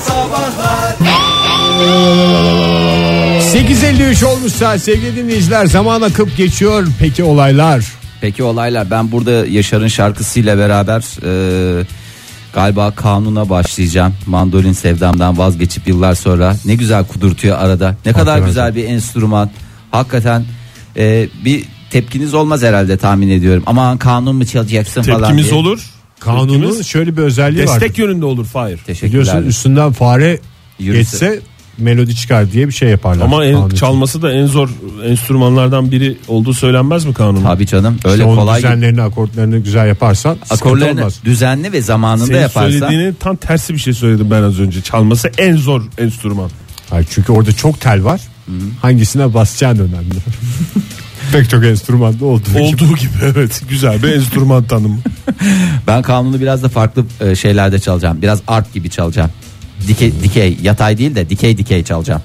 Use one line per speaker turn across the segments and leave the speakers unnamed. Sabahlar
8.53 olmuş saat sevgili dinleyiciler zaman akıp geçiyor peki olaylar
Peki olaylar ben burada Yaşar'ın şarkısıyla beraber e, galiba kanuna başlayacağım. Mandolin sevdamdan vazgeçip yıllar sonra ne güzel kudurtuyor arada. Ne kadar güzel bir enstrüman. Hakikaten e, bir tepkiniz olmaz herhalde tahmin ediyorum. Aman kanun mu çalacaksın falan
Tepkimiz
diye.
olur.
kanunun
Tepkimiz
şöyle bir özelliği var
destek yönünde olur Fahir.
biliyorsun
Teşekkürler.
üstünden fare
Yürüse.
geçse melodi çıkar diye bir şey yaparlar
Ama en,
Kanun için.
çalması da en zor enstrümanlardan biri olduğu söylenmez mi kanunun?
Tabii canım öyle
İşte onun
kolay.
düzenlerini akortlarını güzel yaparsan akorlarını
Akorlarını
olmaz.
düzenli ve zamanında
Senin
yaparsan.
söylediğinin tam tersi bir şey söyledim ben az önce. Çalması en zor enstrüman.
Hayır, çünkü orada çok tel var hangisine basacağın önemli pek çok enstrümanda olduğu gibi.
Olduğu gibi evet. Güzel bir enstrüman tanımı.
Ben kanunu biraz da farklı e, şeylerde çalacağım. Biraz art gibi çalacağım. Dike, dikey yatay değil de dikey dikey çalacağım.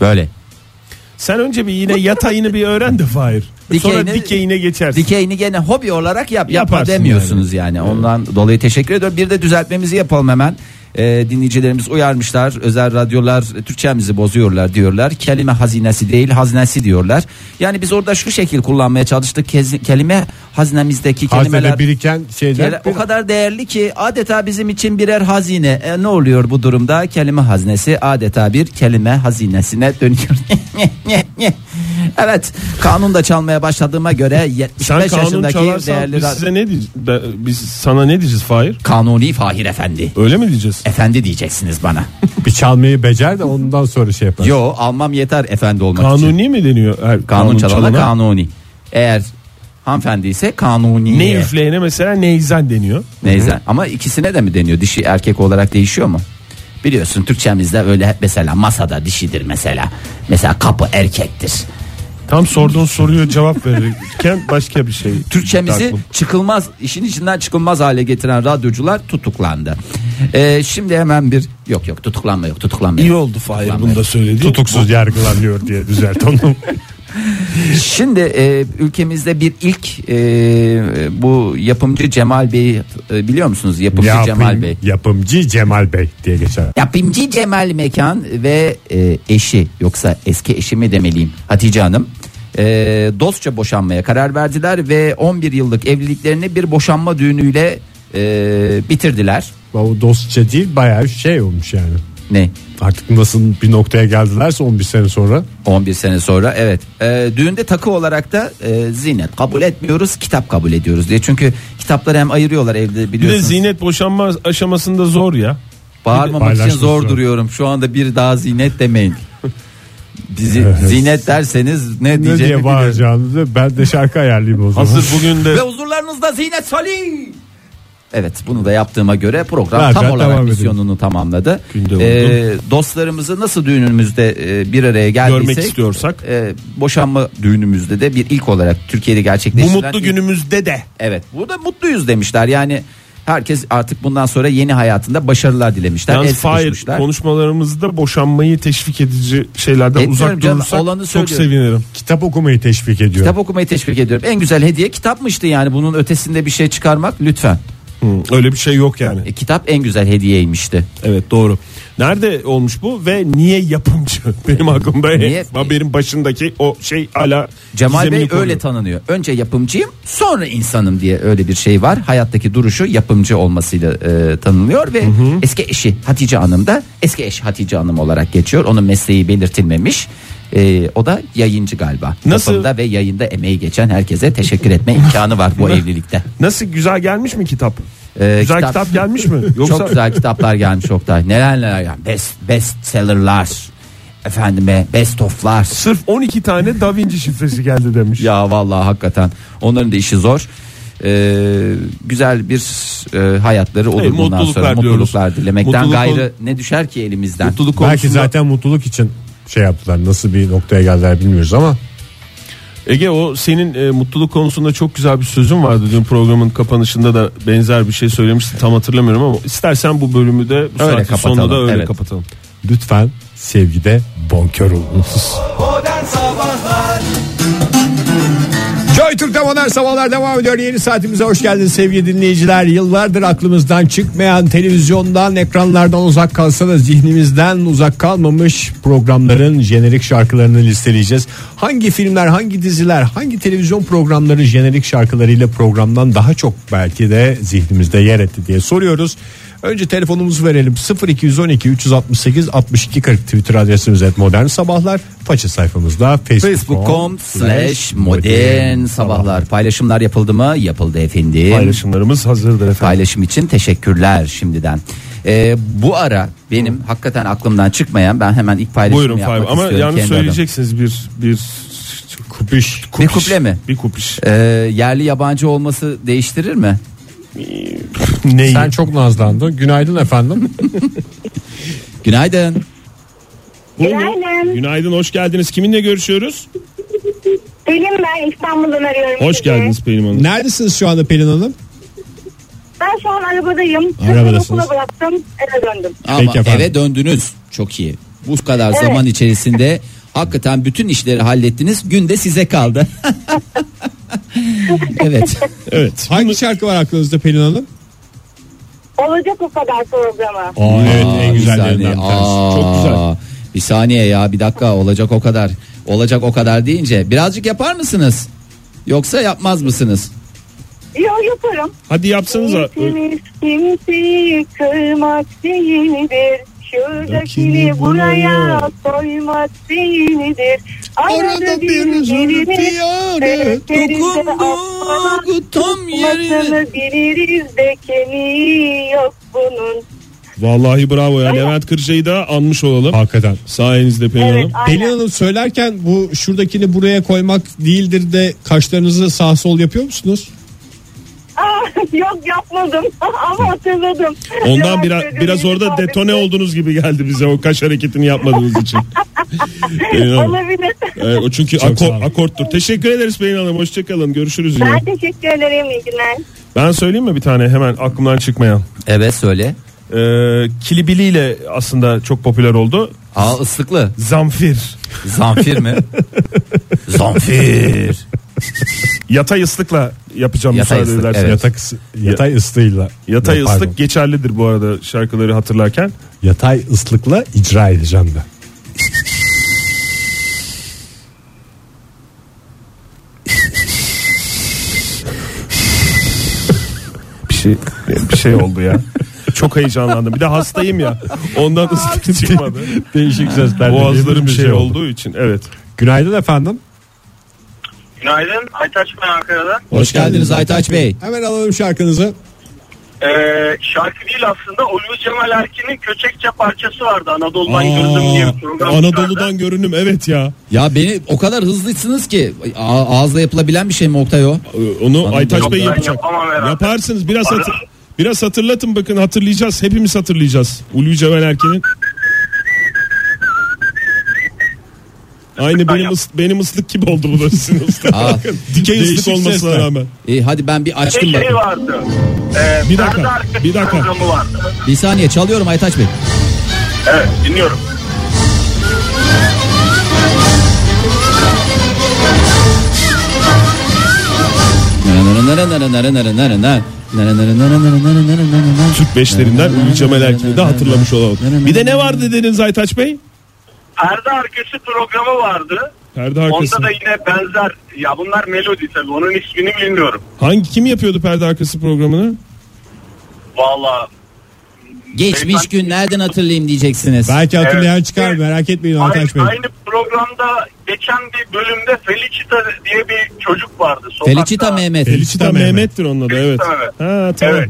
Böyle.
Sen önce bir yine yatayını bir öğren de Fahir. Sonra
Dikeyine-
dikeyine geçersin.
Dikeyini gene hobi olarak yap yapma
Yaparsın
demiyorsunuz yani. Ondan dolayı teşekkür ediyorum. Bir de düzeltmemizi yapalım hemen. Ee, dinleyicilerimiz uyarmışlar. Özel radyolar e, Türkçemizi bozuyorlar diyorlar. Kelime hazinesi değil, hazinesi diyorlar. Yani biz orada şu şekil kullanmaya çalıştık. Kez- kelime hazinemizdeki
Haznede
kelimeler
biriken şeyler
Kele- o kadar değerli ki adeta bizim için birer hazine. E, ne oluyor bu durumda? Kelime haznesi adeta bir kelime hazinesine dönüyor. evet, kanun da çalmaya başladığıma göre 75
Sen kanun
yaşındaki
çalarsan
değerli
biz
ra-
size ne diyeceğiz? Be- Biz sana ne diyeceğiz Fahir?
kanuni Fahir Efendi.
Öyle mi diyeceğiz?
Efendi diyeceksiniz bana.
bir çalmayı becer de ondan sonra şey yapar
Yo, almam yeter efendi olmak için.
Kanuni mi deniyor? Her,
Kanun, çalana
çalana?
kanuni. Eğer hanımefendi ise kanuni.
Ne üfleyene mesela neyzen deniyor.
Neyse ama ikisine de mi deniyor? Dişi erkek olarak değişiyor mu? Biliyorsun Türkçemizde öyle mesela masada dişidir mesela. Mesela kapı erkektir.
Tam sorduğun soruyu cevap verirken başka bir şey.
Türkçemizi
Aklım.
çıkılmaz işin içinden çıkılmaz hale getiren radyocular tutuklandı. Ee, şimdi hemen bir yok yok tutuklanma yok tutuklanma. yok.
İyi oldu Fahir
Tutuklanma
bunu da
yok.
söyledi.
tutuksuz yargılanıyor diye düzelt onu
Şimdi e, ülkemizde bir ilk e, bu yapımcı Cemal Bey'i e, biliyor musunuz? Yapımcı
Yapım-
Cemal Bey.
Yapımcı Cemal Bey diye geçer.
Yapımcı Cemal Mekan ve e, eşi yoksa eski eşi mi demeliyim Hatice Hanım e, dostça boşanmaya karar verdiler ve 11 yıllık evliliklerini bir boşanma düğünüyle e, bitirdiler.
O dostça değil bayağı şey olmuş yani.
Ne?
Artık nasıl bir noktaya geldilerse 11 sene sonra
11 sene sonra evet E, düğünde takı olarak da e, zinet kabul etmiyoruz kitap kabul ediyoruz diye çünkü kitapları hem ayırıyorlar evde
Bir de
biliyorsunuz
zinet boşanma aşamasında zor ya.
bağırmamak için
Paylaşmış
zor
zor.
duruyorum şu anda bir daha zinet demeyin Bizi, zinet derseniz ne,
ne
diyeceğimi
diye
bilmiyorum.
bağıracağınızı ben de şarkı ayarlayayım o zaman.
Hazır bugün de
Ve huzurlarınızda Zinet Salih. Evet bunu da yaptığıma göre program
Ver,
tam
ben
olarak
devam
misyonunu tamamladı.
Günde
Ee, dostlarımızı nasıl düğünümüzde e, bir araya geldiysek
görmek istiyorsak.
e, boşanma düğünümüzde de bir ilk olarak Türkiye'de
Bu
gerçekleştirilen
mutlu
ilk-
günümüzde de.
Evet burada mutluyuz demişler yani herkes artık bundan sonra yeni hayatında başarılar dilemişler.
Yalnız
el
Fahir
sıkışmışlar.
konuşmalarımızda boşanmayı teşvik edici şeylerden
Etmiyorum
uzak
canım, olanı
durursak çok
söylüyorum.
sevinirim.
Kitap okumayı teşvik ediyor.
Kitap okumayı teşvik ediyorum. En güzel hediye kitapmıştı yani bunun ötesinde bir şey çıkarmak lütfen.
Hı, Öyle bir şey yok yani.
E, kitap en güzel hediyeymişti.
Evet doğru. Nerede olmuş bu ve niye yapımcı? Benim aklımda
Niye?
haberin başındaki o şey ala
Cemal
gizemini
Bey
koruyor.
öyle tanınıyor. Önce yapımcıyım, sonra insanım diye öyle bir şey var. Hayattaki duruşu yapımcı olmasıyla e, tanınıyor ve eski eşi Hatice Hanım da eski eşi Hatice Hanım olarak geçiyor. Onun mesleği belirtilmemiş. E, o da yayıncı galiba.
Nasıl?
Yapımda ve yayında emeği geçen herkese teşekkür etme imkanı var bu evlilikte.
Nasıl güzel gelmiş mi kitap?
E,
güzel kitap, gelmiş mi? Yoksa
Çok güzel kitaplar gelmiş Oktay. Neler neler gelmiş. Best, best sellerlar. Efendime best of'lar.
sırf 12 tane Da Vinci şifresi geldi demiş.
Ya vallahi hakikaten onların da işi zor. Ee, güzel bir e, hayatları olur
Hayır,
bundan sonra
mutluluklar diyoruz.
mutluluklar dilemekten
Mutluluk
gayrı ne düşer ki elimizden.
Mutluluk
Belki
konusunda-
zaten mutluluk için şey yaptılar nasıl bir noktaya geldiler bilmiyoruz ama
Ege o senin e, mutluluk konusunda çok güzel bir sözün vardı dün programın kapanışında da benzer bir şey söylemiştin tam hatırlamıyorum ama istersen bu bölümü de bu
Öyle
saatin
kapatalım,
sonunda da öyle
evet.
kapatalım.
lütfen sevgide bonkör olunuz.
Modern Sabahlar
Joy Joy Türk'te modern sabahlar devam ediyor. Yeni saatimize hoş geldiniz sevgili dinleyiciler. Yıllardır aklımızdan çıkmayan televizyondan, ekranlardan uzak kalsa da zihnimizden uzak kalmamış programların jenerik şarkılarını listeleyeceğiz. Hangi filmler, hangi diziler, hangi televizyon programları jenerik şarkılarıyla programdan daha çok belki de zihnimizde yer etti diye soruyoruz. Önce telefonumuzu verelim 0212 368 62 40 Twitter adresimiz et modern sabahlar. Faça sayfamızda
Facebook.com slash modern sabahlar. Paylaşımlar yapıldı mı? Yapıldı efendim.
Paylaşımlarımız hazırdır efendim.
Paylaşım için teşekkürler şimdiden. Ee, bu ara benim hakikaten aklımdan çıkmayan ben hemen ilk paylaşımı
Buyurun
yapmak
Fahim. Ama
istiyorum.
yalnız
kendi
söyleyeceksiniz bir bir kupiş.
Bir kuple mi?
Bir kupiş.
adıma. Ee, yerli yabancı olması değiştirir mi?
Neyi?
Sen çok nazlandın. Günaydın efendim.
Günaydın.
Buyurun.
Günaydın.
Günaydın hoş geldiniz. Kiminle görüşüyoruz?
Pelin ben İstanbul'dan arıyorum.
Hoş
sizi.
geldiniz Pelin Hanım.
Neredesiniz şu anda Pelin Hanım?
Ben şu an arabadayım.
Arabadasınız.
Çocuğumu okula bıraktım eve döndüm.
Ama
Peki efendim.
eve döndünüz. Çok iyi. Bu kadar zaman içerisinde hakikaten bütün işleri hallettiniz. Günde size kaldı. evet.
Evet.
Hangi şarkı var aklınızda Pelin Hanım?
Olacak o kadar programı.
Aa, evet
Aa,
en
bir
güzellerinden
saniye.
bir tanesi.
Aa,
Çok güzel.
Bir saniye ya bir dakika olacak o kadar. Olacak o kadar deyince birazcık yapar mısınız? Yoksa yapmaz mısınız?
Yo yaparım.
Hadi yapsanıza.
Kimsiniz kimseyi kırmak değildir. Şuradakini buraya koymak değildir.
Arada bir
birini
zülfü yâre
severiz de affederiz.
Dokundu tam yerine.
Masını biliriz de kemiği yok bunun.
Vallahi bravo ya. Levent Kırca'yı da anmış olalım.
Hakikaten.
Sayenizde Pelin
Evet,
Hanım.
aynen.
Pelin Hanım söylerken bu şuradakini buraya koymak değildir de kaşlarınızı sağ sol yapıyor musunuz?
Aa, yok yapmadım ama hatırladım.
Ondan
Levent
biraz
Bey'in
biraz orada
muhabbeti.
detone oldunuz gibi geldi bize o kaş hareketini yapmadığınız için. Pelin Hanım.
Olabilir.
Ee, o çünkü
Çok
ako-
sağ olun.
akorttur. Teşekkür ederiz Pelin Hanım. Hoşçakalın. Görüşürüz yine.
Ben teşekkür ederim iyi günler.
Ben söyleyeyim mi bir tane hemen aklımdan çıkmayan?
Evet söyle.
Ee, Kilibili ile aslında çok popüler oldu.
Aa ıslıklı.
Zamfir.
Zamfir mi? Zamfir.
Yatay ıslıkla yapacağım
Yatay
müsaade
ıslık,
ederseniz.
evet.
Yatak, ısı- yatay ıslığıyla.
Yatay
Ya,
ıslık
pardon.
geçerlidir bu arada şarkıları hatırlarken.
Yatay ıslıkla icra edeceğim ben.
Bir şey bir şey oldu ya. Çok heyecanlandım. Bir de hastayım ya. Ondan ıslık çıkmadı.
Değişik sesler.
Boğazlarım bir şey olduğu için. Evet.
Günaydın efendim.
Günaydın. Aytaç ben Ankara'dan.
Hoş geldiniz Aytaç Bey.
Hemen alalım şarkınızı.
Ee, şarkı değil aslında Ulvi Cemal Erkin'in Köçekçe parçası vardı Anadolu'dan Gördüm diye bir program. vardı.
Anadolu'dan görünüm evet ya.
Ya beni o kadar hızlısınız ki A- ağızla yapılabilen bir şey mi Oktay o?
Ee, Onu
Anadolu-
Aytaç Bey
Ben
yapacak.
yapamam herhalde.
Yaparsınız biraz
Ara-
hatır- biraz hatırlatın bakın hatırlayacağız. Hepimiz hatırlayacağız. Ulvi Cemal Erkin'in Aynı benim ıs- benim ıslık gibi oldu bu da sizin ıslık.
Aa.
Dikey
Değişik
ıslık olmasına
sesler.
rağmen.
E, hadi ben bir
Bir
açtım
şey
bakayım.
vardı. Ee,
Bir dakika,
Serdar Erkin
bir dakika.
Programı vardı.
Bir saniye çalıyorum Aytaç Bey.
Evet dinliyorum.
Türk beşlerinden Ulvi Cemal Erkin'i de hatırlamış olalım. Bir de ne var dediniz Aytaç Bey?
Perde arkası programı vardı.
Perde
Onda
arkası.
da yine benzer ya bunlar melodi tabii onun ismini bilmiyorum.
Hangi kim yapıyordu perde arkası programını?
Valla
Geçmiş gün nereden hatırlayayım diyeceksiniz.
Belki hatırlayan
Evet.
çıkar merak etmeyin Aytaç Bey.
aynı, aynı programda geçen bir bölümde Felicita diye bir çocuk vardı. Sokakta.
Felicita Mehmet.
Felicita
Mehmet.
Mehmet'tir onun adı evet.
Felicita Mehmet.
Ha tamam. Evet.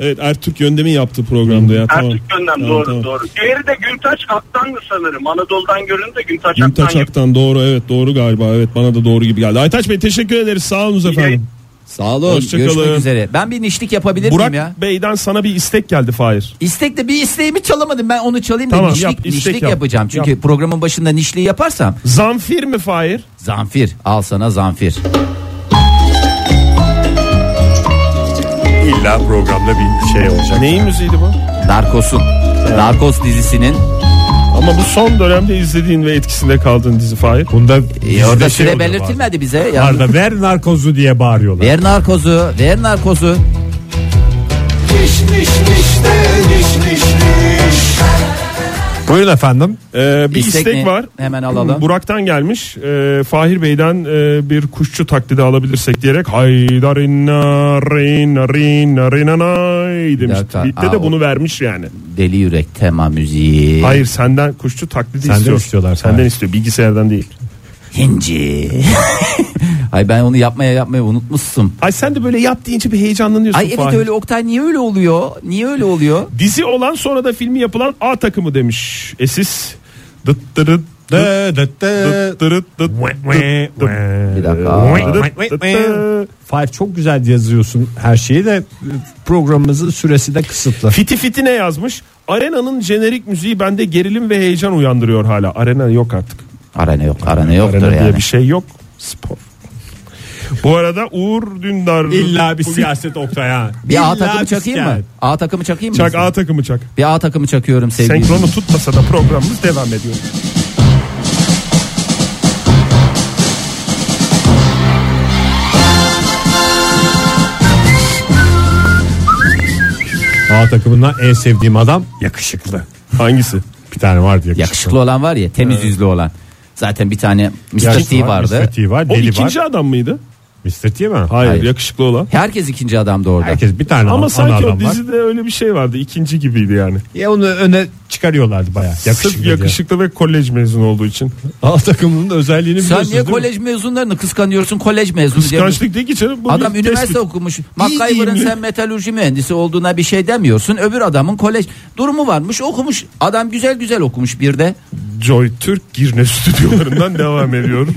Evet.
Ertürk Yöndem'in yaptığı programda ya tamam.
Ertürk şey Göndem
Tamam,
doğru
tamam.
doğru. Diğeri de Güntaç Aktan'dı sanırım. Anadolu'dan göründü de Güntaç,
Güntaç
Aktan. yaptı.
Aktan doğru evet doğru galiba evet bana da doğru gibi geldi. Aytaç Bey teşekkür ederiz sağ olun efendim.
Sağ olun.
Hoşçakalın.
Görüşmek üzere. Ben bir nişlik yapabilir
Burak
miyim ya?
Bey'den sana bir istek geldi Fahir.
İstek de bir isteğimi çalamadım. Ben onu çalayım da
Tamam,
nişlik,
yap, istek
nişlik
yap.
yapacağım. Çünkü
Yap.
programın başında nişliği yaparsam
Zamfir mi Fahir?
Zamfir al sana zamfir.
İlla programda bir şey olacak.
Neyin müziğiydi bu?
Narkos'un. Narkos dizisinin
Ama bu son dönemde izlediğin ve etkisinde kaldığın dizi Fahir.
Bunda
E,
bizde
orada
şey
süre
oluyor bazen.
belirtilmedi bize. Yani.
Arada ver narkozu diye bağırıyorlar.
Ver narkozu, ver narkozu.
Buyurun efendim.
Ee, bir
İstek
istek,
ne?
var.
Hemen alalım.
Burak'tan gelmiş. Ee, Fahir Bey'den e, bir kuşçu taklidi alabilirsek diyerek Haydar inna rina rina rinanay demiş.
dakika.
Bitti
Aa,
de
o-
bunu vermiş yani.
Deli yürek tema müziği.
Hayır senden kuşçu taklidi
Senden
istiyor.
istiyorlar
Senden
Fahir.
istiyor bilgisayardan değil.
Hinci. Ay ben onu yapmaya yapmaya unutmuşsun.
Ay sen de böyle yap deyince bir heyecanlanıyorsun
Ay evet
Fahir.
öyle Oktay niye öyle oluyor? Niye öyle oluyor?
Dizi olan sonra da filmi yapılan A takımı demiş. Esis. Dıt dırıt dıt
Dı dıt dı.
dıt dırıt dıt
Ve-
dıt dıt.
ve-
Bir
Ee,
dakika.
Fahir çok güzel yazıyorsun her şeyi de programımızın süresi de kısıtlı.
Fiti Fiti ne yazmış? Arena'nın jenerik müziği bende gerilim ve heyecan uyandırıyor hala. Arena yok artık.
Arana yok, arana yoktur
Arena
yani.
diye bir şey yok. Spor. Bu arada Uğur Dündar
İlla bir siyaset Oktay ha.
Bir A
İlla
takımı
bir
çakayım mı?
siyaset.
A takımı çakayım mı?
Çak A takımı çak.
Bir A takımı çakıyorum sevgili.
Senkronu tutmasa da programımız devam ediyor.
A takımından en sevdiğim adam yakışıklı.
Hangisi?
Bir tane vardı yakışıklı.
Yakışıklı olan var ya, temiz yüzlü olan. Zaten bir tane Mr.
Yakışıklı
T vardı.
Mr. T var,
O
deli
ikinci
var.
adam mıydı?
Mr. T mi?
Hayır,
Hayır.
yakışıklı olan.
Herkes ikinci adamdı orada.
Herkes bir tane
Ama
ana
sanki o
adam var.
dizide öyle bir şey vardı. İkinci gibiydi yani.
Ya onu öne çıkarıyorlardı bayağı.
Sırf
Yakışıklı. Yakışık.
yakışıklı ve kolej mezunu olduğu için.
A takımının özelliğini
Sen
biliyorsunuz
niye
değil mi?
kolej mezunlarını kıskanıyorsun? Kolej mezunu diye.
Kıskançlık değil ki canım. Bu
Adam
bir
üniversite
tespit.
okumuş.
değil
MacGyver'ın
mi?
sen metalurji mühendisi olduğuna bir şey demiyorsun. Öbür adamın kolej durumu varmış. Okumuş. Adam güzel güzel okumuş bir de.
Joy Türk Girne stüdyolarından devam ediyor.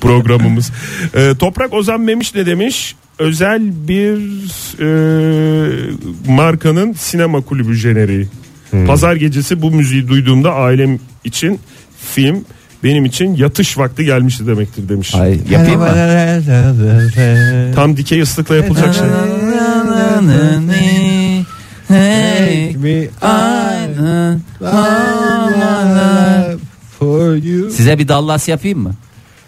Programımız. Ee, Toprak Ozan Memiş ne demiş? Özel bir e, markanın sinema kulübü jeneriği. Pazar gecesi bu müziği duyduğumda ailem için film benim için yatış vakti gelmişti demektir demiş.
Ay yapayım mı?
Tam dikey ıslıkla yapılacak şey.
Size bir dallas yapayım mı?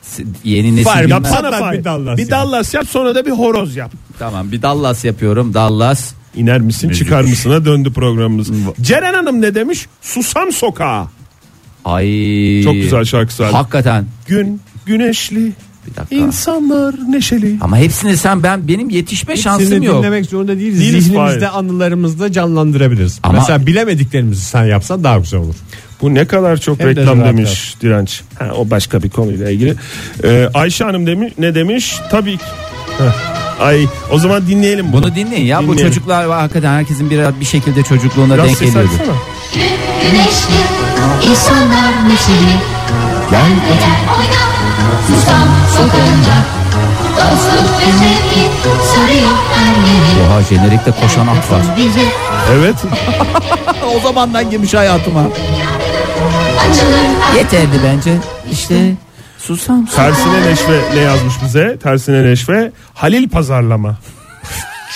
Si- Yeni nesil
Var,
bilmez.
yapsana. Patlat
Fahir.
bir Dallas
bir
ya.
Dallas yap sonra da bir horoz yap.
Tamam bir dallas yapıyorum. Dallas.
İner misin çıkar mısına döndü programımız. Ceren Hanım ne demiş? Susam sokağa.
Ay.
Çok güzel şarkı zaten.
Hakikaten.
Gün güneşli
Bir dakika.
insanlar neşeli.
Ama hepsini sen ben benim yetişme şansım
Seni
yok.
dinlemek zorunda değiliz.
Değiliz,
Zihnimizde
Fahir.
anılarımızda canlandırabiliriz.
Ama-
Mesela bilemediklerimizi sen yapsan daha güzel olur.
Bu ne kadar çok
Hem de
reklam
rahat
demiş Direnç. Ha, o başka bir konuyla ilgili. Ee, Ayşe Hanım demiş ne demiş? Tabii ki. Heh. Ay o zaman dinleyelim bunu.
Bunu dinleyin ya bu
Dinleyelim.
çocuklar var, hakikaten herkesin bir bir şekilde çocukluğuna
Biraz
denk
ses
geliyordu.
açsana.
Gün güneşli, insanlar neşeli. Gel eğlen, oyna, susam sokağında. Dostluk ve sevgi sarıyor her yeri.
Oha jenerikte koşan at var.
Bize
Evet.
o zamandan girmiş hayatıma.
açılır
Yeterdi bence. İşte susam. sus-
Tersine neşve ne yazmış bize? Tersine neşve. Halil pazarlama.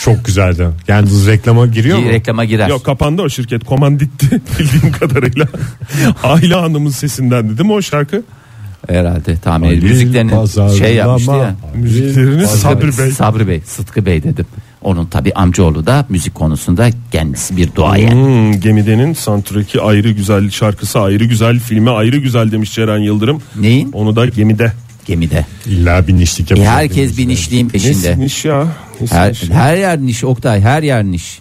Çok güzeldi. Yani bu reklama giriyor mu?
Bir reklama girer.
Yok kapandı o şirket. Komanditti bildiğim kadarıyla. Ayla Hanım'ın sesinden değil mi o şarkı?
Herhalde tahmin
Halil
ediyorum. Müziklerini şey yapmıştı
Pazarlama.
ya.
Müziklerini
Sabri
Sabri Bey.
Sabri Bey, Sıtkı Bey dedim. Onun tabi amcaoğlu da müzik konusunda kendisi bir duayen.
Hmm, Gemide'nin soundtrack'i ayrı güzel şarkısı ayrı güzel filmi ayrı güzel demiş Ceren Yıldırım.
Neyin?
Onu da Gemide.
Gemide.
İlla bir nişlik
E,
yapacak.
herkes
demiş.
binişliğin peşinde.
Nesmiş ya.
Her,
nesmiş.
her yer niş Oktay her yer niş.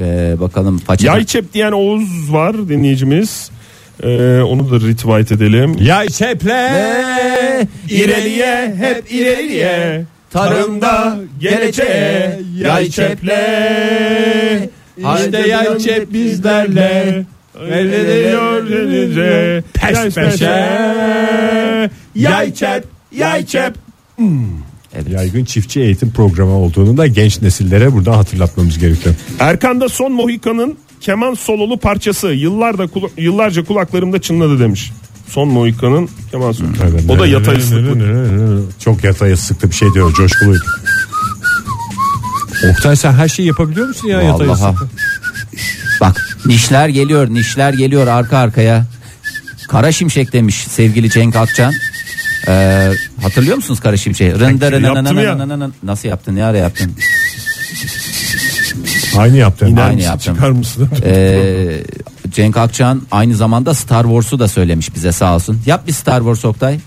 Ee, bakalım paça.
Yay çep diyen Oğuz var dinleyicimiz. Ee, onu da retweet edelim.
Yay çeple
İleriye, hep ileriye. Tarımda, geleceğe, yay çeple.
İşte yay çep bizlerle.
Eğleniyor denize.
Peş peşe.
Yay çep, yay çep.
Evet.
Yaygın çiftçi eğitim programı olduğunu da genç nesillere burada hatırlatmamız gerekiyor.
Erkan'da son Mohika'nın keman sololu parçası yıllarda kula- yıllarca kulaklarımda çınladı demiş. Son Mohika'nın keman sololu. O da yatay ıslıklı.
Çok yatay sıktı bir şey diyor. Coşkuluydu. Oktay sen her şeyi yapabiliyor musun ya yatay
Vallahi.
ıslıklı?
Bak Nişler geliyor, nişler geliyor arka arkaya. Kara Şimşek demiş sevgili Cenk Akçan. Ee, hatırlıyor musunuz Kara Şimşek'i? Rında rında
Yaptım
rında
ya.
rında rında. Nasıl yaptın? Ne ara yaptın?
Aynı yaptın.
İner
Aynı
misin,
yaptım.
Çıkar mısın?
Ee, Cenk Akçan aynı zamanda Star Wars'u da söylemiş bize sağ olsun. Yap bir Star Wars Oktay.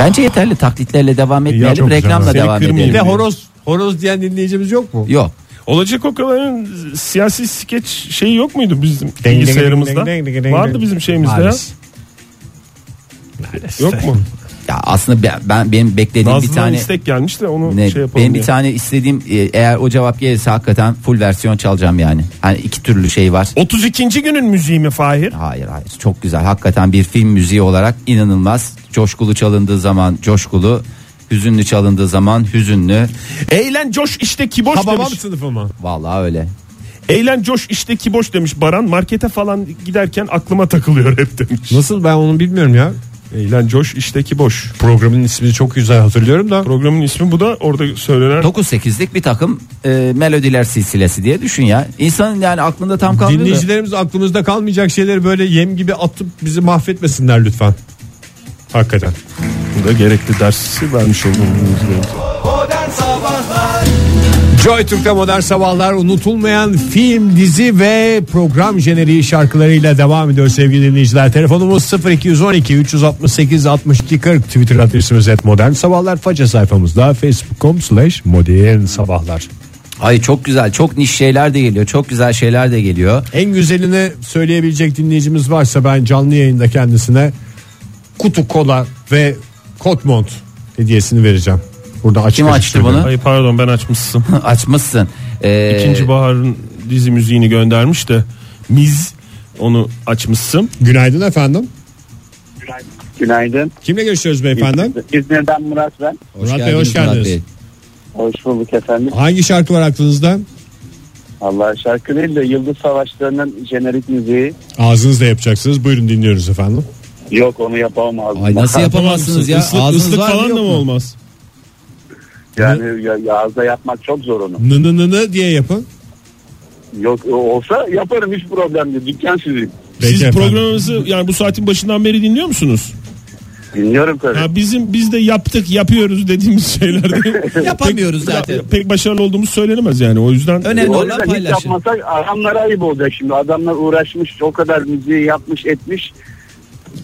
Bence yeterli taklitlerle devam etmeyelim.
çok güzel.
Reklamla
Seni
devam
kırmayayım.
edelim.
Ve horoz horoz diyen dinleyicimiz yok mu?
Yok.
Olacak o kadarın siyasi skeç şeyi yok muydu bizim
ding,
bilgisayarımızda?
ding, ding, ding,
Vardı
ding.
bizim şeyimizde ya.
Maalesef.
Yok mu?
Ya aslında ben, ben benim beklediğim bir
Nazlı'dan
tane
istek gelmiş de onu
ne,
şey yapalım.
benim bir
ya.
tane istediğim e, eğer o cevap gelirse hakikaten full versiyon çalacağım yani. Hani iki türlü şey var.
32. günün müziği mi Fahir?
Hayır hayır çok güzel hakikaten bir film müziği olarak inanılmaz coşkulu çalındığı zaman coşkulu hüzünlü çalındığı zaman hüzünlü
Eğlen coş işte kiboş
Hababam
demiş.
sınıfı mı?
vallahi öyle
Eğlen coş işte kiboş demiş Baran. Markete falan giderken aklıma takılıyor hep demiş.
Nasıl ben onu bilmiyorum ya.
Eğlen coş işte kiboş.
Programın ismini çok güzel hatırlıyorum da.
Programın ismi bu da orada söylenen
9-8'lik bir takım e, melodiler silsilesi diye düşün ya insanın yani aklında tam kalmıyor da.
Dinleyicilerimiz aklımızda kalmayacak şeyleri böyle yem gibi atıp bizi mahvetmesinler lütfen. Hakikaten.
da gerekli dersi vermiş olduğunu
Joy Türk'te modern sabahlar unutulmayan film, dizi ve program jeneriği şarkılarıyla devam ediyor sevgili dinleyiciler. Telefonumuz 0212 368 62 40 Twitter adresimiz et modern sabahlar. Faça sayfamızda facebook.com slash modern sabahlar.
Ay çok güzel çok niş şeyler de geliyor çok güzel şeyler de geliyor
En güzelini söyleyebilecek dinleyicimiz varsa ben canlı yayında kendisine kutu kola ve kot mont hediyesini vereceğim. Burada açık
Kim
açık
açtı
söylüyorum.
bunu?
Ay pardon ben açmışsın.
açmışsın E,
İkinci Bahar'ın dizi müziğini göndermiş de Miz onu açmışsın.
Günaydın efendim.
Günaydın.
Kimle görüşüyoruz beyefendi?
İzmir'den Murat ben.
Murat Bey, hoş
Murat
geldiniz.
Bey.
Hoş bulduk efendim.
Hangi şarkı var aklınızda?
Allah şarkı değil de Yıldız Savaşları'nın jenerik müziği.
Ağzınızla yapacaksınız. Buyurun dinliyoruz efendim.
Yok onu yapamam.
Ay nasıl yapamazsınız ya?
Islık,
Ağzınız
ıslık
var mı
falan
yok
da mı
mu?
olmaz?
Yani ya, ya ağızda yapmak çok zor onu.
Nı nı nı nı diye yapın.
Yok olsa yaparım hiç problem değil. Dükkan sizin.
Peki
Siz
efendim.
programımızı yani bu saatin başından beri dinliyor musunuz?
Dinliyorum tabii.
Ha bizim biz de yaptık, yapıyoruz dediğimiz şeylerde
Yapamıyoruz zaten.
pek, pek başarılı olduğumuz söylenemez yani. O yüzden
Önemli
O
olan
yüzden hiç
paylaşın.
yapmasak adamlara ayıp olacak şimdi. Adamlar uğraşmış, o kadar müziği yapmış, etmiş.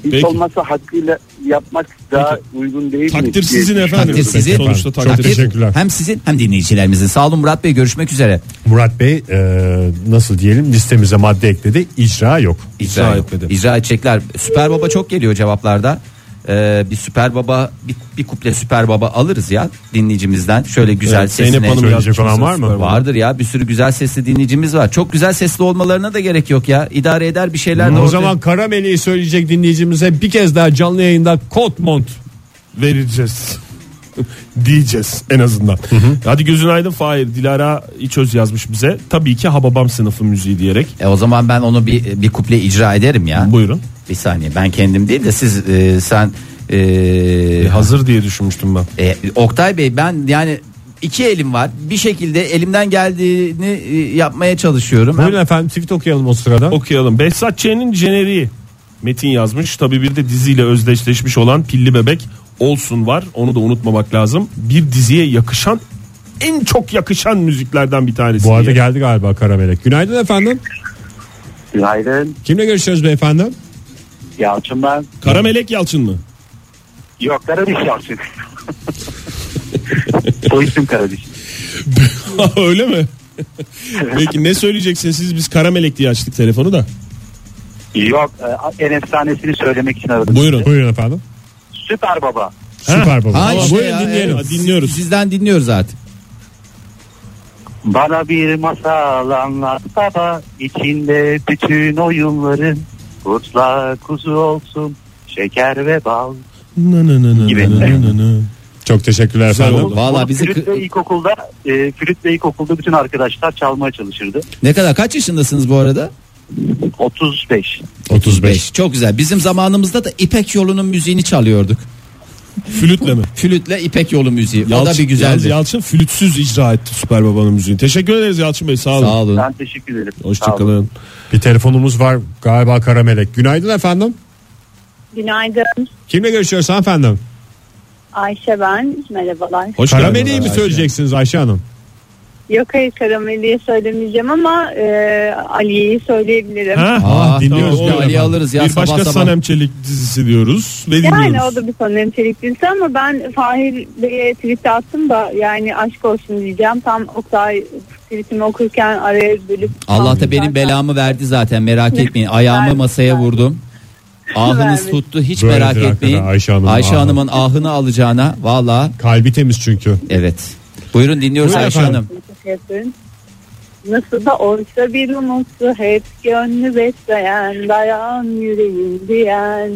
Hiç
Peki.
olmazsa hakkıyla yapmak daha uygun değil mi?
takdir sizin efendim.
Takdir sizin.
Sonuçta takdir.
Çok teşekkürler.
Hem sizin hem dinleyicilerimizin. Sağ olun Murat Bey görüşmek üzere.
Murat Bey e, nasıl diyelim listemize madde ekledi. İcra yok.
İcra,
etmedi.
icra edecekler. Süper Baba çok geliyor cevaplarda. Ee, bir Süper Baba bir, bir kuple Süper Baba alırız ya dinleyicimizden. Şöyle güzel
Evet,
sesine.
Zeynep Hanım
söyleyecek
yazmış
olan
bize
var mı?
Süper Baba.
Vardır ya bir sürü güzel sesli dinleyicimiz var. Çok güzel sesli olmalarına da gerek yok ya. İdare eder bir şeyler de
o
ortaya-
zaman Karameli'yi söyleyecek dinleyicimize bir kez daha canlı yayında kot mont.
vereceğiz. diyeceğiz en azından. Hadi gözün aydın Fahir. Dilara İçöz yazmış bize. Tabii ki Hababam sınıfı müziği diyerek.
E, o zaman ben onu bir bir kuple icra ederim ya.
Buyurun.
Bir saniye ben kendim değil de siz e, sen e,
E, hazır diye düşünmüştüm ben.
E, Oktay Bey ben yani iki elim var. Bir şekilde elimden geldiğini e, yapmaya çalışıyorum.
Buyurun efendim tweet okuyalım o sırada.
Okuyalım. Behzat Ç'nin jeneriği. Metin yazmış. Tabii bir de diziyle özdeşleşmiş olan Pilli Bebek Olsun var. Onu da unutmamak lazım. Bir diziye yakışan en çok yakışan müziklerden bir tanesi.
Bu arada
diye.
geldi galiba Karamelek. Günaydın efendim.
Günaydın.
Kimle görüşüyoruz beyefendi?
Yalçın ben.
Karamelek Yalçın mı?
Yok Karadiş Yalçın. Soyisim Karadiş.
Öyle mi? Peki ne söyleyeceksiniz siz biz Karamelek diye açtık telefonu da.
Yok e, en efsanesini söylemek için aradım.
Buyurun. Buyurun efendim.
Süper Baba.
Süper baba.
Ha,
Tamam,
işte
buyurun
ya,
dinleyelim.
evet.
Dinliyoruz.
Sizden dinliyoruz artık.
Bana bir masal anlat baba içinde bütün oyunların Kurtla kuzu olsun şeker ve bal
Nı nı nı nı
Gibi.
nı nı nı nı.
Çok teşekkürler efendim.
oldu.
Vallahi
Bunu
bizi
flütle
kı-
ilkokulda e, flütle ilkokulda bütün arkadaşlar çalmaya çalışırdı.
Ne kadar kaç yaşındasınız bu arada?
35.
35.
Çok güzel. Bizim zamanımızda da İpek yolunun müziğini çalıyorduk.
Flütle mi?
Flütle İpek Yolu müziği. o da
Yalçın-
bir güzeldi.
Yalçın flütsüz icra etti Süper Baba'nın müziğini. Teşekkür ederiz Yalçın Bey. Sağ olun.
Sağ olun.
Ben teşekkür ederim. Sağ olun.
Hoşçakalın.
Bir telefonumuz var galiba Karamelek. Günaydın efendim.
Günaydın.
Kimle görüşüyoruz hanımefendim?
Ayşe ben. Merhabalar.
Hoş
Karameli'yi mi
geldiniz.
söyleyeceksiniz Ayşe Hanım?
Yok hayır karameliye söylemeyeceğim ama e, Aliye'yi söyleyebilirim.
Ha?
Aa,
dinliyoruz
tamam,
galiba.
Ali'yi alırız ya
bir
sabah
başka
sabah.
Sanem Çelik dizisi diyoruz ve dinliyoruz.
Yani o da bir son nitelik dizisi ama ben Fahir Bey'e tweet attım da yani aşk olsun diyeceğim. Tam Oktay tweetimi okurken araya bölüp...
Allah da
Tam
benim
zaten-
belamı verdi zaten merak etmeyin. Ayağımı
Vermiş,
masaya
vermiş.
vurdum. Ahınız
Vermiş.
tuttu hiç
Böyledir
merak
hakikaten
etmeyin.
Ayşe Hanım'ın
Ayşe
ahı.
Hanım'ın ahını alacağına valla
Kalbi temiz çünkü.
evet. Buyurun dinliyoruz
Buyurun
Ayşe
efendim.
Hanım.
Yapın. Nasıl da oysa bir umutlu hep gönlü besleyen dayan yüreğim diyen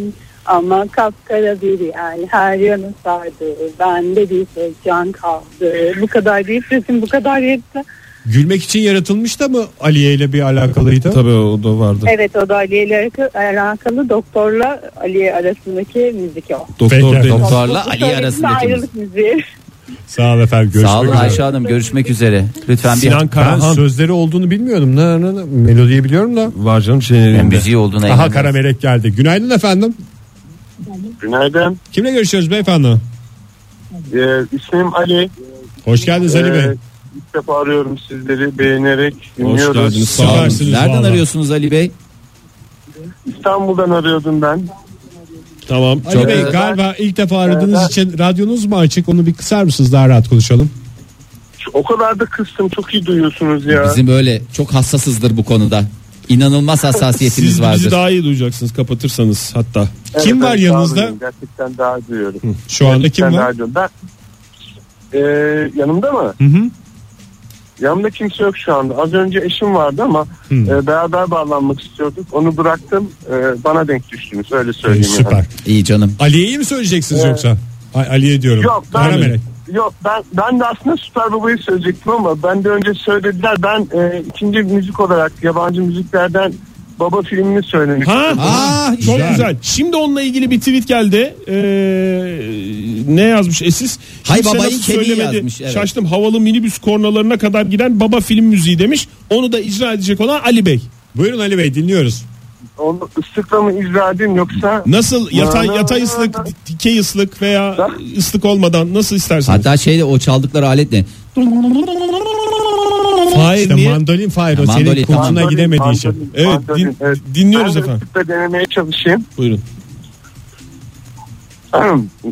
ama kapkara bir yel her yanı sardı bende bir tek can kaldı bu kadar deyip sesim bu kadar yetti
Gülmek için yaratılmış da mı Aliye ile bir alakalıydı?
Tabii o da vardı.
evet o da Ali ile alakalı doktorla Ali arasındaki müzik o
Doktor
Peki.
Deniz.
Doktorla
Bu
Ali
söylediğim
arasındaki
ayrılık müziği
Sağ olun efendim görüşmek
Sağ olun
üzere.
Ayşe Hanım görüşmek üzere. Lütfen bir
Sinan
Ben
Karahan
sözleri olduğunu bilmiyordum. Ne, ne, ne, melodiyi biliyorum da.
var canım şey,
Ben
şeylerinde.
müziği olduğuna
Aha
eminim.
Karamelek geldi. Günaydın efendim.
Günaydın.
Kimle görüşüyoruz beyefendi?
Ee, ismim Ali.
Hoş geldiniz Ali Bey.
Ee, ilk defa arıyorum sizleri beğenerek dinliyoruz.
geldiniz. Sağ
Sağ olun.
Süpersiniz
Nereden
vallahi.
arıyorsunuz Ali Bey?
İstanbul'dan arıyordum ben.
Tamam.
Ali
Çok-
Bey
Ee,
galiba ilk defa aradığınız
ben-
için radyonuz mu açık? Onu bir kısar mısınız daha rahat konuşalım.
O kadar da kıstım çok iyi duyuyorsunuz ya.
Bizim öyle çok hassasızdır bu konuda. İnanılmaz hassasiyetimiz
Siz bizi
vardır.
daha iyi duyacaksınız kapatırsanız hatta.
Evet,
Kim
evet,
var
daha
yanınızda?
duyuyorum. Gerçekten daha duyuyorum.
Şu anda kim
Sen
var?
radyonda. Ben, Ee, yanımda mı?
hı.
Yanımda kimse yok şu anda. Az önce eşim vardı ama e, beraber bağlanmak istiyorduk. Onu bıraktım. E, bana denk düştünüz. Öyle
Ee,
söyleyeyim. yani.
süper.
İyi canım.
Aliye'yi mi söyleyeceksiniz yoksa? Ay, Aliye diyorum.
Yok ben,
Karamelek.
yok ben ben de aslında Süper Baba'yı söyleyecektim ama ben de önce söylediler. Ben e, ikinci müzik olarak yabancı müziklerden Baba filmini söylemiştim.
Ha?
Aa,
çok güzel. Şimdi onunla ilgili bir tweet geldi. Ee, ne yazmış Esis?
Hay
Kimse
babayı
nasıl
kediyi
söylemedi.
yazmış, evet.
Şaştım havalı minibüs kornalarına kadar giden baba film müziği demiş. Onu da icra edecek olan Ali Bey.
Buyurun Ali Bey dinliyoruz.
Onu ıslıkla mı icra edeyim yoksa
Nasıl yatay,
Ya.
yatay ıslık, dikey ıslık veya ıslık olmadan nasıl isterseniz.
Hatta şeyde o çaldıkları alet ne?
Hayır,
Hayır
işte
niye?
mandolin Fahir o
Ya,
senin
mandolin,
kursuna
Mandolin,
gidemediği için.
mandolin,
Evet,
mandolin,
din- dinliyoruz
ben de
efendim.
ıslıkla denemeye çalışayım.
Buyurun.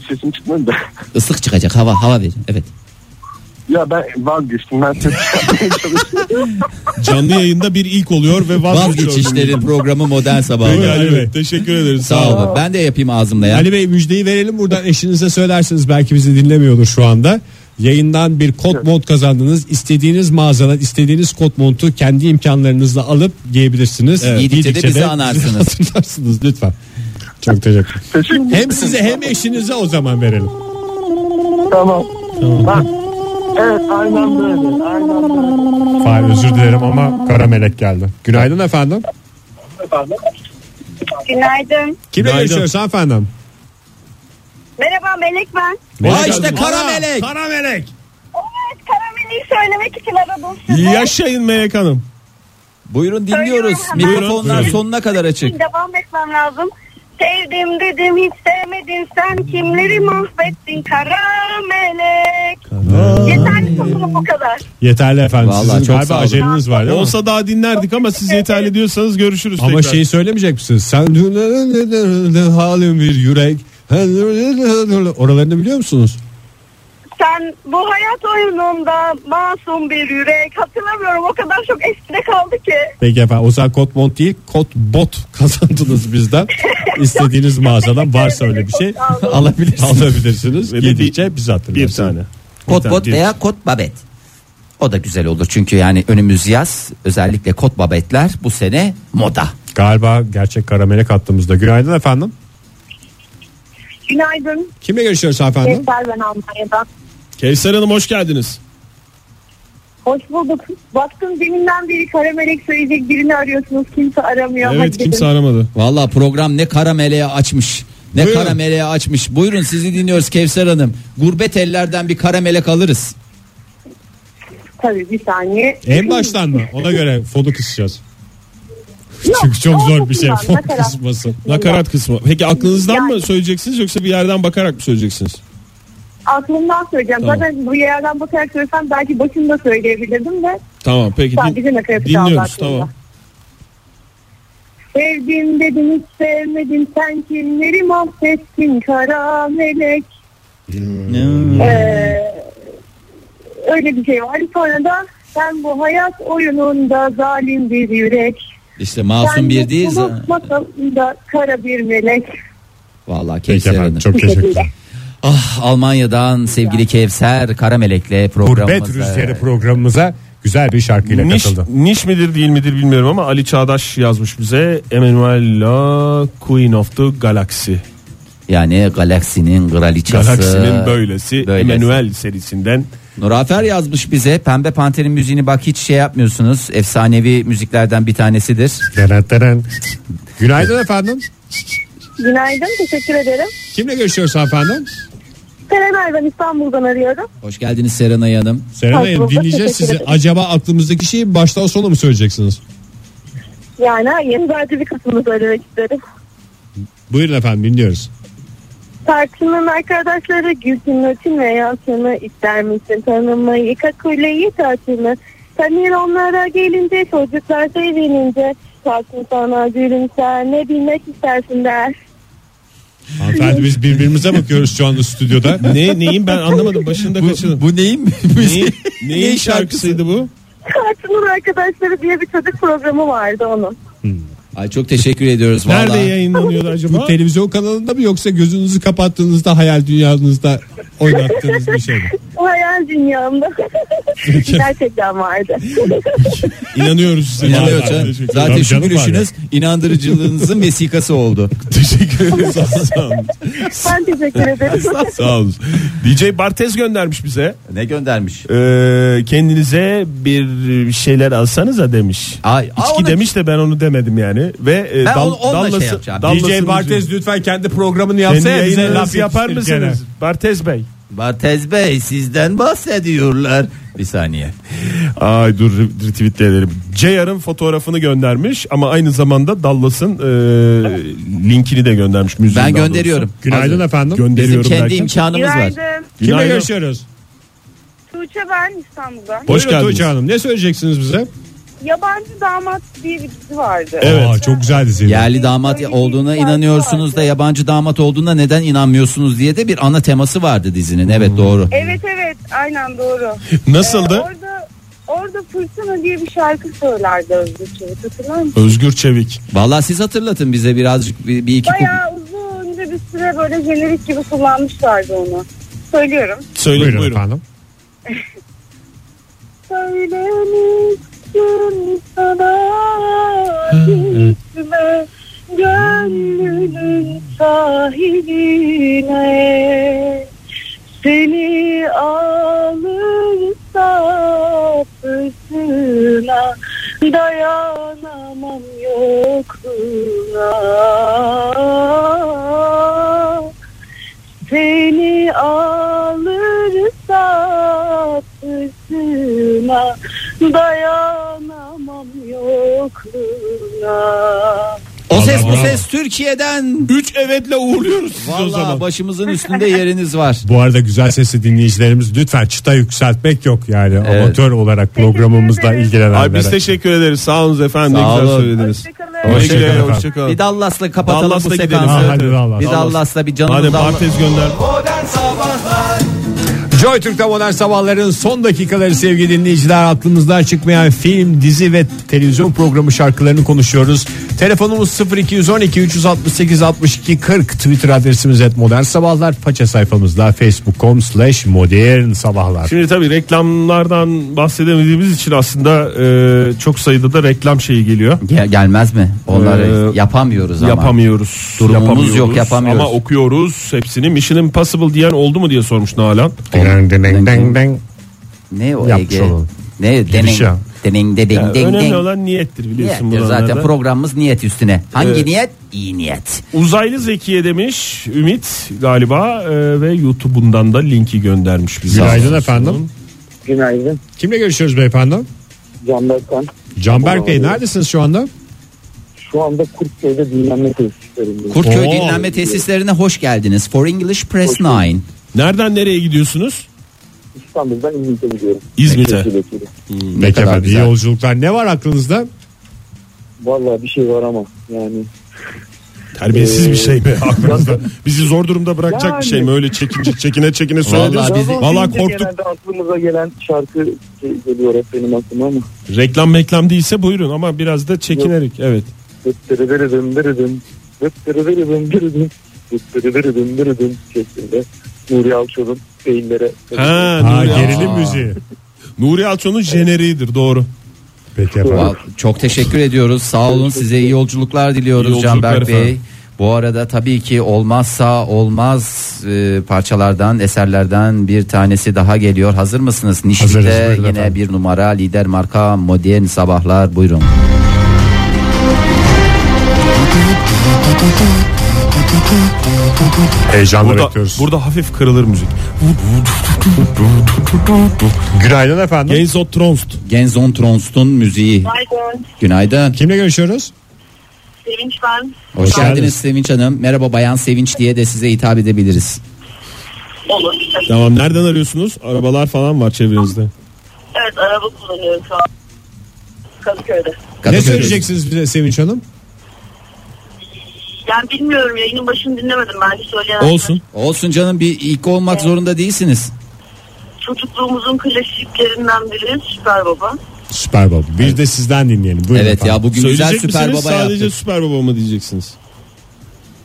Sesim çıkmadı da.
Islık çıkacak hava hava verin. Evet.
Ya ben vazgeçtim. Ben ses çıkartmaya çalışıyorum.
Canlı yayında bir ilk oluyor ve vazgeçiyoruz.
Vazgeçişlerin programı modern sabah.
Peki
Ali
Ali
Bey.
Bey. Teşekkür ederiz.
Sağ olun. Ben de yapayım ağzımla ya.
Ali Bey müjdeyi verelim buradan eşinize söylersiniz belki bizi dinlemiyordur şu anda. Yayından bir kot mont kazandınız. İstediğiniz mağazadan istediğiniz kot montu kendi imkanlarınızla alıp giyebilirsiniz.
Evet. Giydikçe de bizi anarsınız.
bizi hatırlarsınız lütfen. Çok teşekkür
Teşekkür
Hem size hem eşinize o zaman verelim.
Tamam. Ha. Evet aynen böyle. Aynen böyle.
Fahir özür dilerim ama kara melek geldi. Günaydın efendim.
günaydın
Kimle
Günaydın.
görüşüyoruz efendim?
merhaba Melek ben
Vay işte kara melek.
Kara melek.
evet karameliyi söylemek için aradım
Yaşayın Melek Hanım.
Buyurun dinliyoruz.
Söylüyorum hemen.
Mikrofonlar
Buyurun.
sonuna kadar açık.
devam etmem lazım. Sevdim dedim hiç sevmedin sen kimleri mahvettin kara melek. Yeterli sanırım bu kadar.
Yeterli efendim.
Vallahi
Sizin
çok sağ
galiba
olun.
aceleniz var değil mi?
Olsa daha dinlerdik ama siz yeterli diyorsanız görüşürüz
Ama şey-
tekrar.
şeyi söylemeyecek misiniz? Sen halim bir yürek. Oralarını biliyor musunuz?
Sen bu hayat oyununda masum bir yürek hatırlamıyorum o kadar çok eskide kaldı ki.
Peki efendim o zaman kot mont değil kot bot kazandınız bizden. İstediğiniz mağazadan varsa öyle bir şey
Çok sağ olun.
Alabilirsiniz.
alabilirsiniz.
Ve bir-
Yedikçe biz
bir
hatırlarsınız.
tane.
Kot
Bir
bot
tane.
veya kot babet. O da güzel olur çünkü yani önümüz yaz özellikle kot babetler bu sene moda.
Galiba gerçek karamele kattığımızda. Günaydın efendim.
Günaydın.
Kimle görüşüyoruz efendim?
Yeter ben Almanya'dan.
Kevser Hanım hoş geldiniz.
Hoş bulduk. Baktım deminden beri kara melek söyleyecek birini arıyorsunuz. Kimse aramıyor.
Evet
Hadi
kimse
dedim.
aramadı.
Valla program ne kara meleğe açmış. Ne
Buyurun.
karameleği açmış. Buyurun sizi dinliyoruz Kevser Hanım. Gurbet ellerden bir karamelek alırız.
Tabii bir saniye.
En baştan mı? Ona göre fonu kısacağız.
Yok,
Çünkü çok zor bir şey
olmasınlar,
fon
nakarat
kısması.
kısmı.
Nakarat kısmı. Peki aklınızdan
Yani.
mı söyleyeceksiniz yoksa bir yerden bakarak mı söyleyeceksiniz?
Aklımdan söyleyeceğim. Zaten bu yerden bakarak söylesem belki başında söyleyebilirdim de
Tamam peki. din-
sadece nakaratı kaldı
dinliyoruz
aklımda.
tamam.
Sevdim dedin hiç sevmedin sen kimleri mahvettin kara melek. Ee, öyle bir şey var. Sonra da sen bu hayat oyununda zalim bir yürek.
İşte masum bir değil.
Sen masalında kara bir melek.
Vallahi
şey
Peki
Kevser
efendim
Hanım.
çok teşekkürler.
Ah Almanya'dan sevgili Kevser Karamelek'le
Gurbet
programımızda.
Rüzgarı programımıza güzel bir şarkıyla
Niş,
katıldı.
niş midir değil midir bilmiyorum ama Ali Çağdaş yazmış bize Emanuela Queen of the Galaxy.
Yani galaksinin kraliçesi.
Galaksinin böylesi,
Böylesi.
Emanuel serisinden
Nurafer yazmış bize Pembe Panter'in müziğini bak hiç şey yapmıyorsunuz. Efsanevi müziklerden bir tanesidir.
Deren deren. Günaydın efendim.
Günaydın teşekkür ederim.
Kimle görüşüyoruz efendim?
Serenay ben İstanbul'dan arıyorum.
Hoş geldiniz Serenay Hanım.
Serenay Hanım
Hoş bulduk,
dinleyeceğiz
teşekkür
sizi.
ederim.
Acaba aklımızdaki şeyi baştan sona mı söyleyeceksiniz?
Yani hayır sadece bir kısmını söylemek isterim.
Buyurun efendim dinliyoruz.
Tarçın'ın arkadaşları Gülçin Öçin ve Yalçın'ı ister misin tanımayı kakuleyi tarçını Tanır onlara gelince çocuklar sevinince Tarçın sana gülümser ne bilmek istersin der.
Hanımefendi biz birbirimize bakıyoruz şu anda stüdyoda.
ne neyim ben anlamadım başında kaçırdım.
Bu neyin
Neyin, neyin şarkısıydı bu?
Tarçın'ın arkadaşları diye bir çocuk programı vardı onun.
Ay çok teşekkür ediyoruz
Nerede
vallahi.
yayınlanıyordu
Bu
acaba?
televizyon kanalında mı yoksa gözünüzü kapattığınızda hayal dünyanızda oynattığınız bir şey mi?
O hayal dünyamda. Gerçekten vardı.
İnanıyoruz size.
İnanıyoruz.
Vallahi.
Zaten,
Teşekkür
zaten
ederim.
şu
Canım var ya.
gülüşünüz inandırıcılığınızın vesikası oldu.
Teşekkür ederiz. Sağ olun.
ben teşekkür ederim.
Sağ olun. DJ Bartez göndermiş bize.
Ne göndermiş?
Ee, kendinize bir şeyler alsanıza demiş.
Ay, aa,
İçki
onu-
demiş de ben onu demedim yani. Ve e,
Ben onu- onunla şey yapacağım.
Dallas'ın-
DJ Bartez lütfen kendi programını
kendi
yapsa ya bize laf
yayınlarınızı yapar mısınız?
yetiştir
Bartez Bey.
Bartez Bey sizden bahsediyorlar. Bir saniye.
Ay dur re- retweetleyelim. JR'ın fotoğrafını göndermiş ama aynı zamanda Dallas'ın e, linkini de göndermiş. müziğin
Ben
daha doğrusu.
gönderiyorum.
Günaydın efendim.
Bizim
Gönderiyorum
kendi
derken.
imkanımız var.
Kimle
Günaydın.
görüşüyoruz?
Tuğçe ben İstanbul'dan.
Hoş
Buyurun
geldiniz.
Tuğçe Hanım ne söyleyeceksiniz bize?
Yabancı Damat diye bir dizi vardı.
Evet.
Aa, çok güzel dizi.
Yerli damat olduğuna inanıyorsunuz da yabancı damat olduğuna neden inanmıyorsunuz diye de bir ana teması vardı dizinin.
Hmm.
Evet doğru.
Evet evet aynen doğru.
Nasıldı?
Ee, orada orada Fırtına diye bir şarkı söylerdi Özgür Çelik hatırlar mısın?
Özgür Çevik.
Vallahi siz hatırlatın bize birazcık bir, bir iki kup-
Bayağı uzunca bir süre böyle jenerik gibi kullanmışlardı onu. Söylüyorum.
Söyle
Buyurun,
buyurun.
efendim.
Söylemiştim sana gitme gönlünün sahiline seni alırsa fırtına dayanamam yokluğuna seni alırsa fırtına dayanamam yokluğuna.
O ses bu
bravo.
ses Türkiye'den.
3 evetle uğurluyoruz sizi o
Vallahi
zaman.
başımızın üstünde yeriniz var.
Bu arada güzel sesli dinleyicilerimiz lütfen çıta yükseltmek yok yani amatör olarak programımızla ilgilenenlere.
Ay biz teşekkür ederiz. Sağ olun efendim.
Sağ
ne güzel
olun.
söylediniz.
Hoşçakalın.
Hoşça kalın
Hoşçakalın.
efendim.
Bir
Hoşçakalın.
Dallas'la kapatalım
Dallas'la
bu
gidelim.
sekansı.
Ha, hadi Dallas.
Bir Dallas'la bir
Madem
canımız Dallas.
Bartez gönder.
Joy Türk'te modern sabahların son dakikaları sevgili dinleyiciler aklımızdan çıkmayan film, dizi ve televizyon programı şarkılarını konuşuyoruz. Telefonumuz 0212 368 62 40 Twitter adresimiz et modern sabahlar faça sayfamızda facebook.com slash modern sabahlar.
Şimdi tabii reklamlardan bahsedemediğimiz için aslında e, çok sayıda da reklam şeyi geliyor.
Gel- gelmez mi? Onları
Ee,
yapamıyoruz ama.
Yapamıyoruz.
Durumumuz
Yapamıyoruz.
yok, yapamıyoruz.
Ama okuyoruz hepsini. Mission Impossible diyen oldu mu diye sormuş Nalan.
Deng, deng, deng, deng.
Ne o
Yapmış
Ege?
olalım.
Ne? Deneng,
ya.
deneng, deneng,
Yani
deneng,
Ee, önemli
deneng.
olan niyettir biliyorsun
Niyettir zaten
buralarda.
programımız niyet üstüne. Hangi
Evet.
niyet? iyi niyet.
Uzaylı Zekiye demiş Ümit galiba
ee,
e, ve YouTube'undan da linki göndermiş bize.
Günaydın efendim.
Günaydın.
Kimle görüşüyoruz beyefendi?
Can Berkan.
Canberk Bey neredesiniz şu anda?
Şu anda Kurtköy'de dinlenme tesislerindeyim.
Kurtköy
Oo.
dinlenme tesislerine hoş geldiniz. For English Press 9.
Nereden nereye gidiyorsunuz?
İstanbul'dan İzmir'e gidiyorum.
İzmir'e.
Milletvekili.
Peki
kadar
efendim iyi
güzel.
yolculuklar. Ne var aklınızda?
Vallahi bir şey var ama yani.
Terbiyesiz bir şey
Ee,
be aklınızda. Bizi zor durumda bırakacak
Yani.
bir şey mi? Öyle çekince çekine çekine söylediniz.
Vallahi
Vallahi,
bizi-
Deyince
korktuk.
Genelde aklımıza gelen şarkı ge- geliyor hep benim aklıma ama.
Reklam meklam değilse buyurun ama biraz da çekinerek. Evet.
Dıttırıdırıdım dırıdım. Dıttırıdırıdım dırıdım. Dıttırıdırıdım dırıdım şeklinde. Nuri Alço'nun beyinlere.
Ha,
Ha,
Nuri,
gerilim müziği.
Nuri Alço'nun jeneriğidir doğru.
Peki efendim.
Val- Çok teşekkür ediyoruz. Sağ olun size iyi yolculuklar diliyoruz
İyi yolculuklar
Canberk Bey.
efendim.
Bu arada tabii ki olmazsa olmaz e, parçalardan, eserlerden bir tanesi daha geliyor. Hazır mısınız?
Hazırız,
Nişlik'te
buyurun
yine
efendim.
bir numara lider marka Modern Sabahlar buyurun.
Heyecanla
Burada,
bekliyoruz.
burada hafif kırılır müzik.
Günaydın efendim.
Gains of Thrones.
Genzon Tronston müziği.
Günaydın.
Günaydın.
Kimle görüşüyoruz?
Sevinç ben.
Hoş,
Hoş
geldiniz.
geldiniz.
Sevinç Hanım. Merhaba Bayan Sevinç diye de size hitap edebiliriz.
Olur.
Tamam nereden arıyorsunuz? Arabalar falan var çevrenizde.
Evet araba kullanıyorum şu an. Kadıköy'de.
Kadıköy-
Ne söyleyeceksiniz bize Sevinç Hanım?
Yani bilmiyorum yayının başını dinlemedim ben hiç söyleyemem.
Olsun.
Olsun canım bir ilk olmak zorunda değilsiniz.
Çocukluğumuzun klasiklerinden biri Süper Baba.
Süper Baba. Bir de sizden dinleyelim. Buyurun
Evet
efendim.
ya bugün güzel
Söyleyecek
süper
misiniz?
baba
Sadece
yaptık.
süper baba mı diyeceksiniz?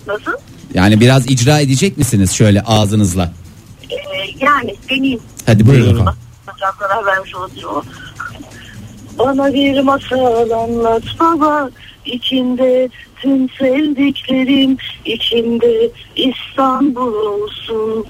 Nasıl?
Yani biraz icra edecek misiniz şöyle ağzınızla?
Ee, yani deneyim.
Hadi buyurun.
efendim.
Hatta karar vermiş olabilirim ama. Bana bir masal anlat baba. İçinde tüm sevdiklerim. içinde İstanbul olsun.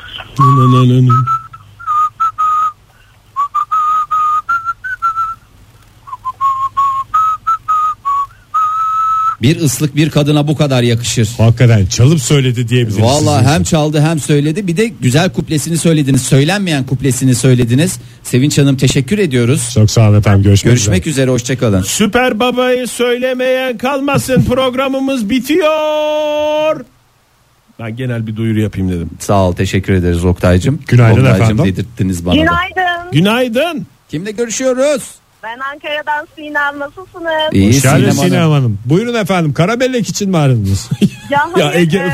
Bir ıslık bir kadına bu kadar yakışır.
Hakikaten çalıp söyledi diyebiliriz.
Valla
sizin
hem
için.
çaldı hem söyledi. Bir de güzel kuplesini söylediniz. Söylenmeyen kuplesini söylediniz. Sevinç Hanım teşekkür ediyoruz.
Çok sağ olun efendim. Görüşmek, üzere.
Görüşmek üzere hoşçakalın.
Süper babayı söylemeyen kalmasın programımız bitiyor. Ben genel bir duyuru yapayım dedim.
Sağ ol teşekkür ederiz Oktay'cım.
Günaydın
Oktay'cım
efendim.
dedirttiniz bana da.
Günaydın.
Günaydın.
Kimle görüşüyoruz?
Ben Ankara'dan Sinem nasılsınız?
İyi
Hoş geldiniz
Sinem Hanım.
Sinem Hanım. Buyurun efendim. Karabellek için mi aradınız?
Ya, hayır,
Ege-
e,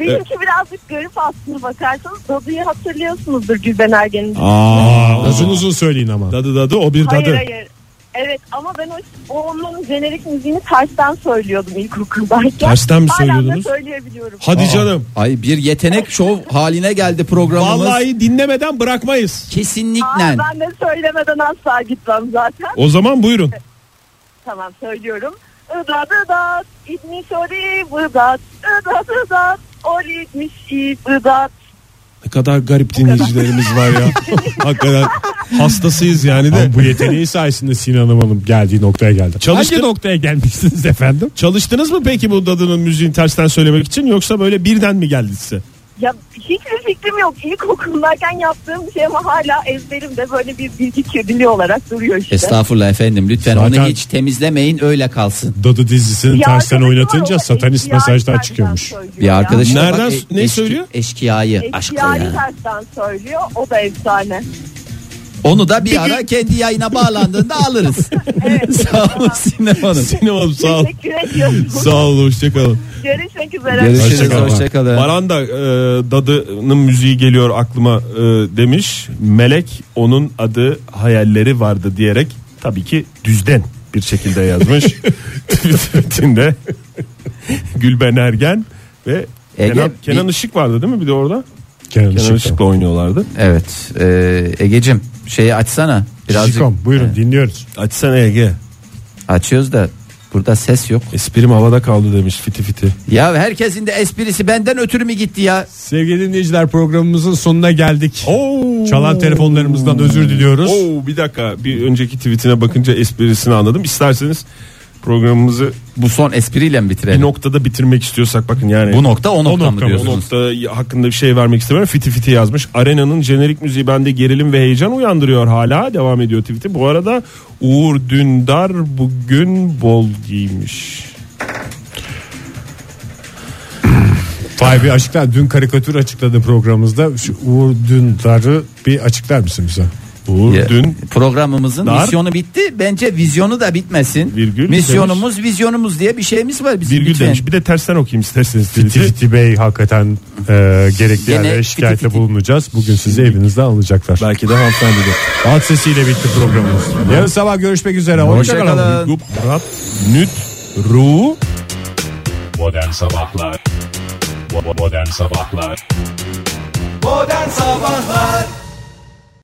benimki birazcık garip aslında bakarsanız. Dadı'yı hatırlıyorsunuzdur Gülben Ergen'in.
Aa, uzun uzun söyleyin ama.
Dadı dadı o bir
Hayır
dadı.
hayır. Evet ama ben o, o onun jenerik müziğini tersten söylüyordum ilkokuldayken.
Tersten mi
Hala da
söylüyordunuz?
söyleyebiliyorum.
Hadi canım.
Ay bir yetenek şov haline geldi programımız.
Vallahi dinlemeden bırakmayız.
Aa,
Kesinlikle.
ben de söylemeden asla gitmem zaten.
O zaman buyurun.
Tamam söylüyorum. Idat ıdat, İbni Sori ıdat, ıdat ıdat, Olitmiş ıdat.
Ne kadar garip dinleyicilerimiz var ya. Hakikaten hastasıyız yani de.
Ama bu yeteneği sayesinde Sinem Hanım geldiği noktaya geldi.
Çalıştı-
Hangi noktaya gelmişsiniz efendim?
Çalıştınız mı peki bu dadının müziğini tersten söylemek için yoksa böyle birden mi geldi size?
Ya hiçbir fikrim yok. İlkokuldayken yaptığım bir şey ama hala ezberimde böyle bir bilgi kirliliği olarak duruyor işte.
Estağfurullah efendim lütfen onu
Zaten-
hiç temizlemeyin öyle kalsın.
Dadı dizisini
Bir
tersten
arkadaşım var,
oynatınca
o
satanist
eşkıya
mesajlar
tersten
çıkıyormuş.
söylüyor ya.
Bir e, arkadaşım
Nereden- ne söylüyor?
Eşkiyayı aşkla
Eşkıya'yı
ya.
tersten söylüyor. O da efsane.
Onu da bir ara kendi yayına bağlandığında alırız. Sağ olun Sinem Hanım.
Sinem Hanım sağ ol.
Teşekkür ediyorum.
Sağ ol hoşçakalın.
Görüşmek üzere.
Görüşürüz
Hoşçakalın.
hoşçakalın.
Baran da e, dadının müziği geliyor aklıma e, demiş. Melek onun adı hayalleri vardı diyerek tabii ki düzden bir şekilde yazmış. Tweetinde Gülben Ergen ve
Ege,
Kenan,
bir-
Kenan Işık vardı değil mi bir de orada?
Kenan
Kenan
Işık'tan.
Işık'la oynuyorlardı.
Evet e, Ege'cim şeyi açsana birazcık
Şikom, buyurun dinliyoruz.
Açsana Ege.
açıyoruz da burada ses yok.
Esprim havada kaldı demiş fiti fiti.
Ya herkesin de esprisi benden ötürü mü gitti ya?
Sevgili dinleyiciler programımızın sonuna geldik. Çalan telefonlarımızdan özür diliyoruz.
Oo, bir dakika bir önceki tweetine bakınca esprisini anladım. İsterseniz programımızı
Bu son espriyle mi bitirelim?
bir noktada bitirmek istiyorsak bakın yani.
bu nokta o nokta,
O
mı
nokta, o
diyorsunuz?
nokta hakkında bir şey vermek istemiyorum. Fiti fiti yazmış. Arena'nın jenerik müziği bende gerilim ve heyecan uyandırıyor hala. Devam ediyor tweet'i. Bu arada Uğur Dündar bugün bol giymiş.
Vay bir açıklar. Dün karikatür açıkladı programımızda. Şu Uğur Dündar'ı bir açıklar mısın bize?
Uğur
Ya,
Dün
programımızın
Dar-
misyonu bitti. Bence vizyonu da bitmesin.
Virgül
Misyonumuz, vizyonumuz diye bir şeyimiz var bizim.
virgül
lütfen.
demiş. Bir de tersten okuyayım isterseniz
Fiti
tweet'i.
Fiti Bey hakikaten e, gerekli
Gene
yerlere
Fiti
şikayette
Fiti.
bulunacağız. Bugün sizi evinizden alacaklar.
Belki de hanımefendi de.
Alt sesiyle bitti programımız. Yarın sabah görüşmek üzere. Hoşçakalın.
Hoşçakalın.
Gup, Rat, Nüt, Ru.
Modern Sabahlar Bo- Modern Sabahlar
Modern Sabahlar